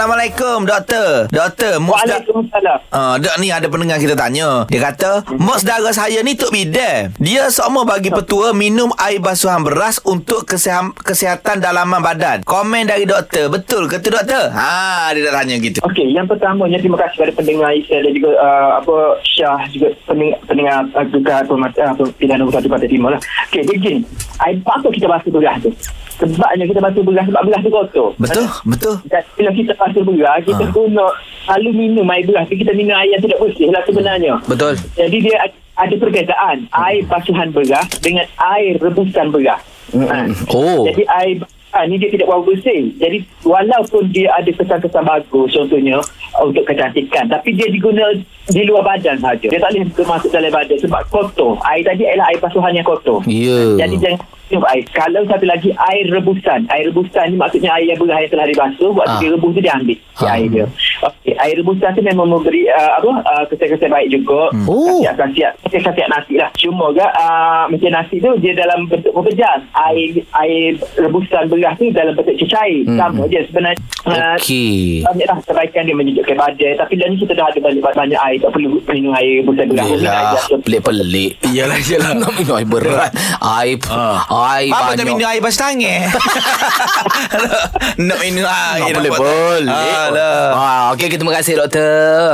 Assalamualaikum doktor. Doktor, mak sedar- Waalaikumsalam. Ah, dok ni ada pendengar kita tanya. Dia kata, "Mak saudara saya ni tok bidan. Dia semua bagi petua minum air basuhan beras untuk kesiham, kesihatan dalaman badan." Komen dari doktor. Betul ke tu doktor? Ha, dia dah tanya gitu. Okey, yang pertamanya terima kasih kepada pendengar Isel dan juga uh, apa Syah juga pendengar, pendengar uh, juga pemata, uh, pilihan nombor satu Pantai Timur lah. Okey, dia gini. Air patut kita basuh beras tu. Sebabnya kita basuh beras sebab beras tu kotor. Ah. Betul, betul. Dan bila kita basuh beras, kita Ha. ha. guna selalu minum air beras. Tapi Kita minum air yang tidak bersih lah sebenarnya. Betul. Jadi dia ad- ada perbezaan air basuhan beras dengan air rebusan beras. Ha. Oh. Jadi air ha, ni dia tidak bau bersih. Jadi walaupun dia ada kesan-kesan bagus contohnya uh, untuk kecantikan tapi dia diguna di luar badan saja. Dia tak boleh masuk dalam badan sebab kotor. Air tadi ialah air basuhan yang kotor. Ya. Jadi jangan minum air. Kalau satu lagi air rebusan. Air rebusan ni maksudnya air yang beras yang telah dibasuh. Waktu Ah. dia rebus tu dia ambil si Ah. air dia. Okey, air rebusan tu memang memberi uh, apa uh, kesan-kesan baik juga. Hmm. Oh. Khasiat, khasiat, khasiat nasi lah. Cuma ke uh, macam nasi tu dia dalam bentuk pekerjaan. Air air rebusan beras tu dalam bentuk cecair. Hmm. Sama je sebenarnya. Ah, Okey. Banyaklah kebaikan dia menyejukkan badan. Tapi dah ni kita dah ada banyak, banyak air. Tak perlu pelindung air rebusan beras. Yelah, Boleh ajar. pelik-pelik. Iyalah, iyalah. Nak minum air berat. Air, Ah, air Ah. Apa tak banyak. minum air basuh tangan? Nak minum air. Tak nak boleh buat- boleh. Eh, Alah. Ah, okey, terima kasih doktor.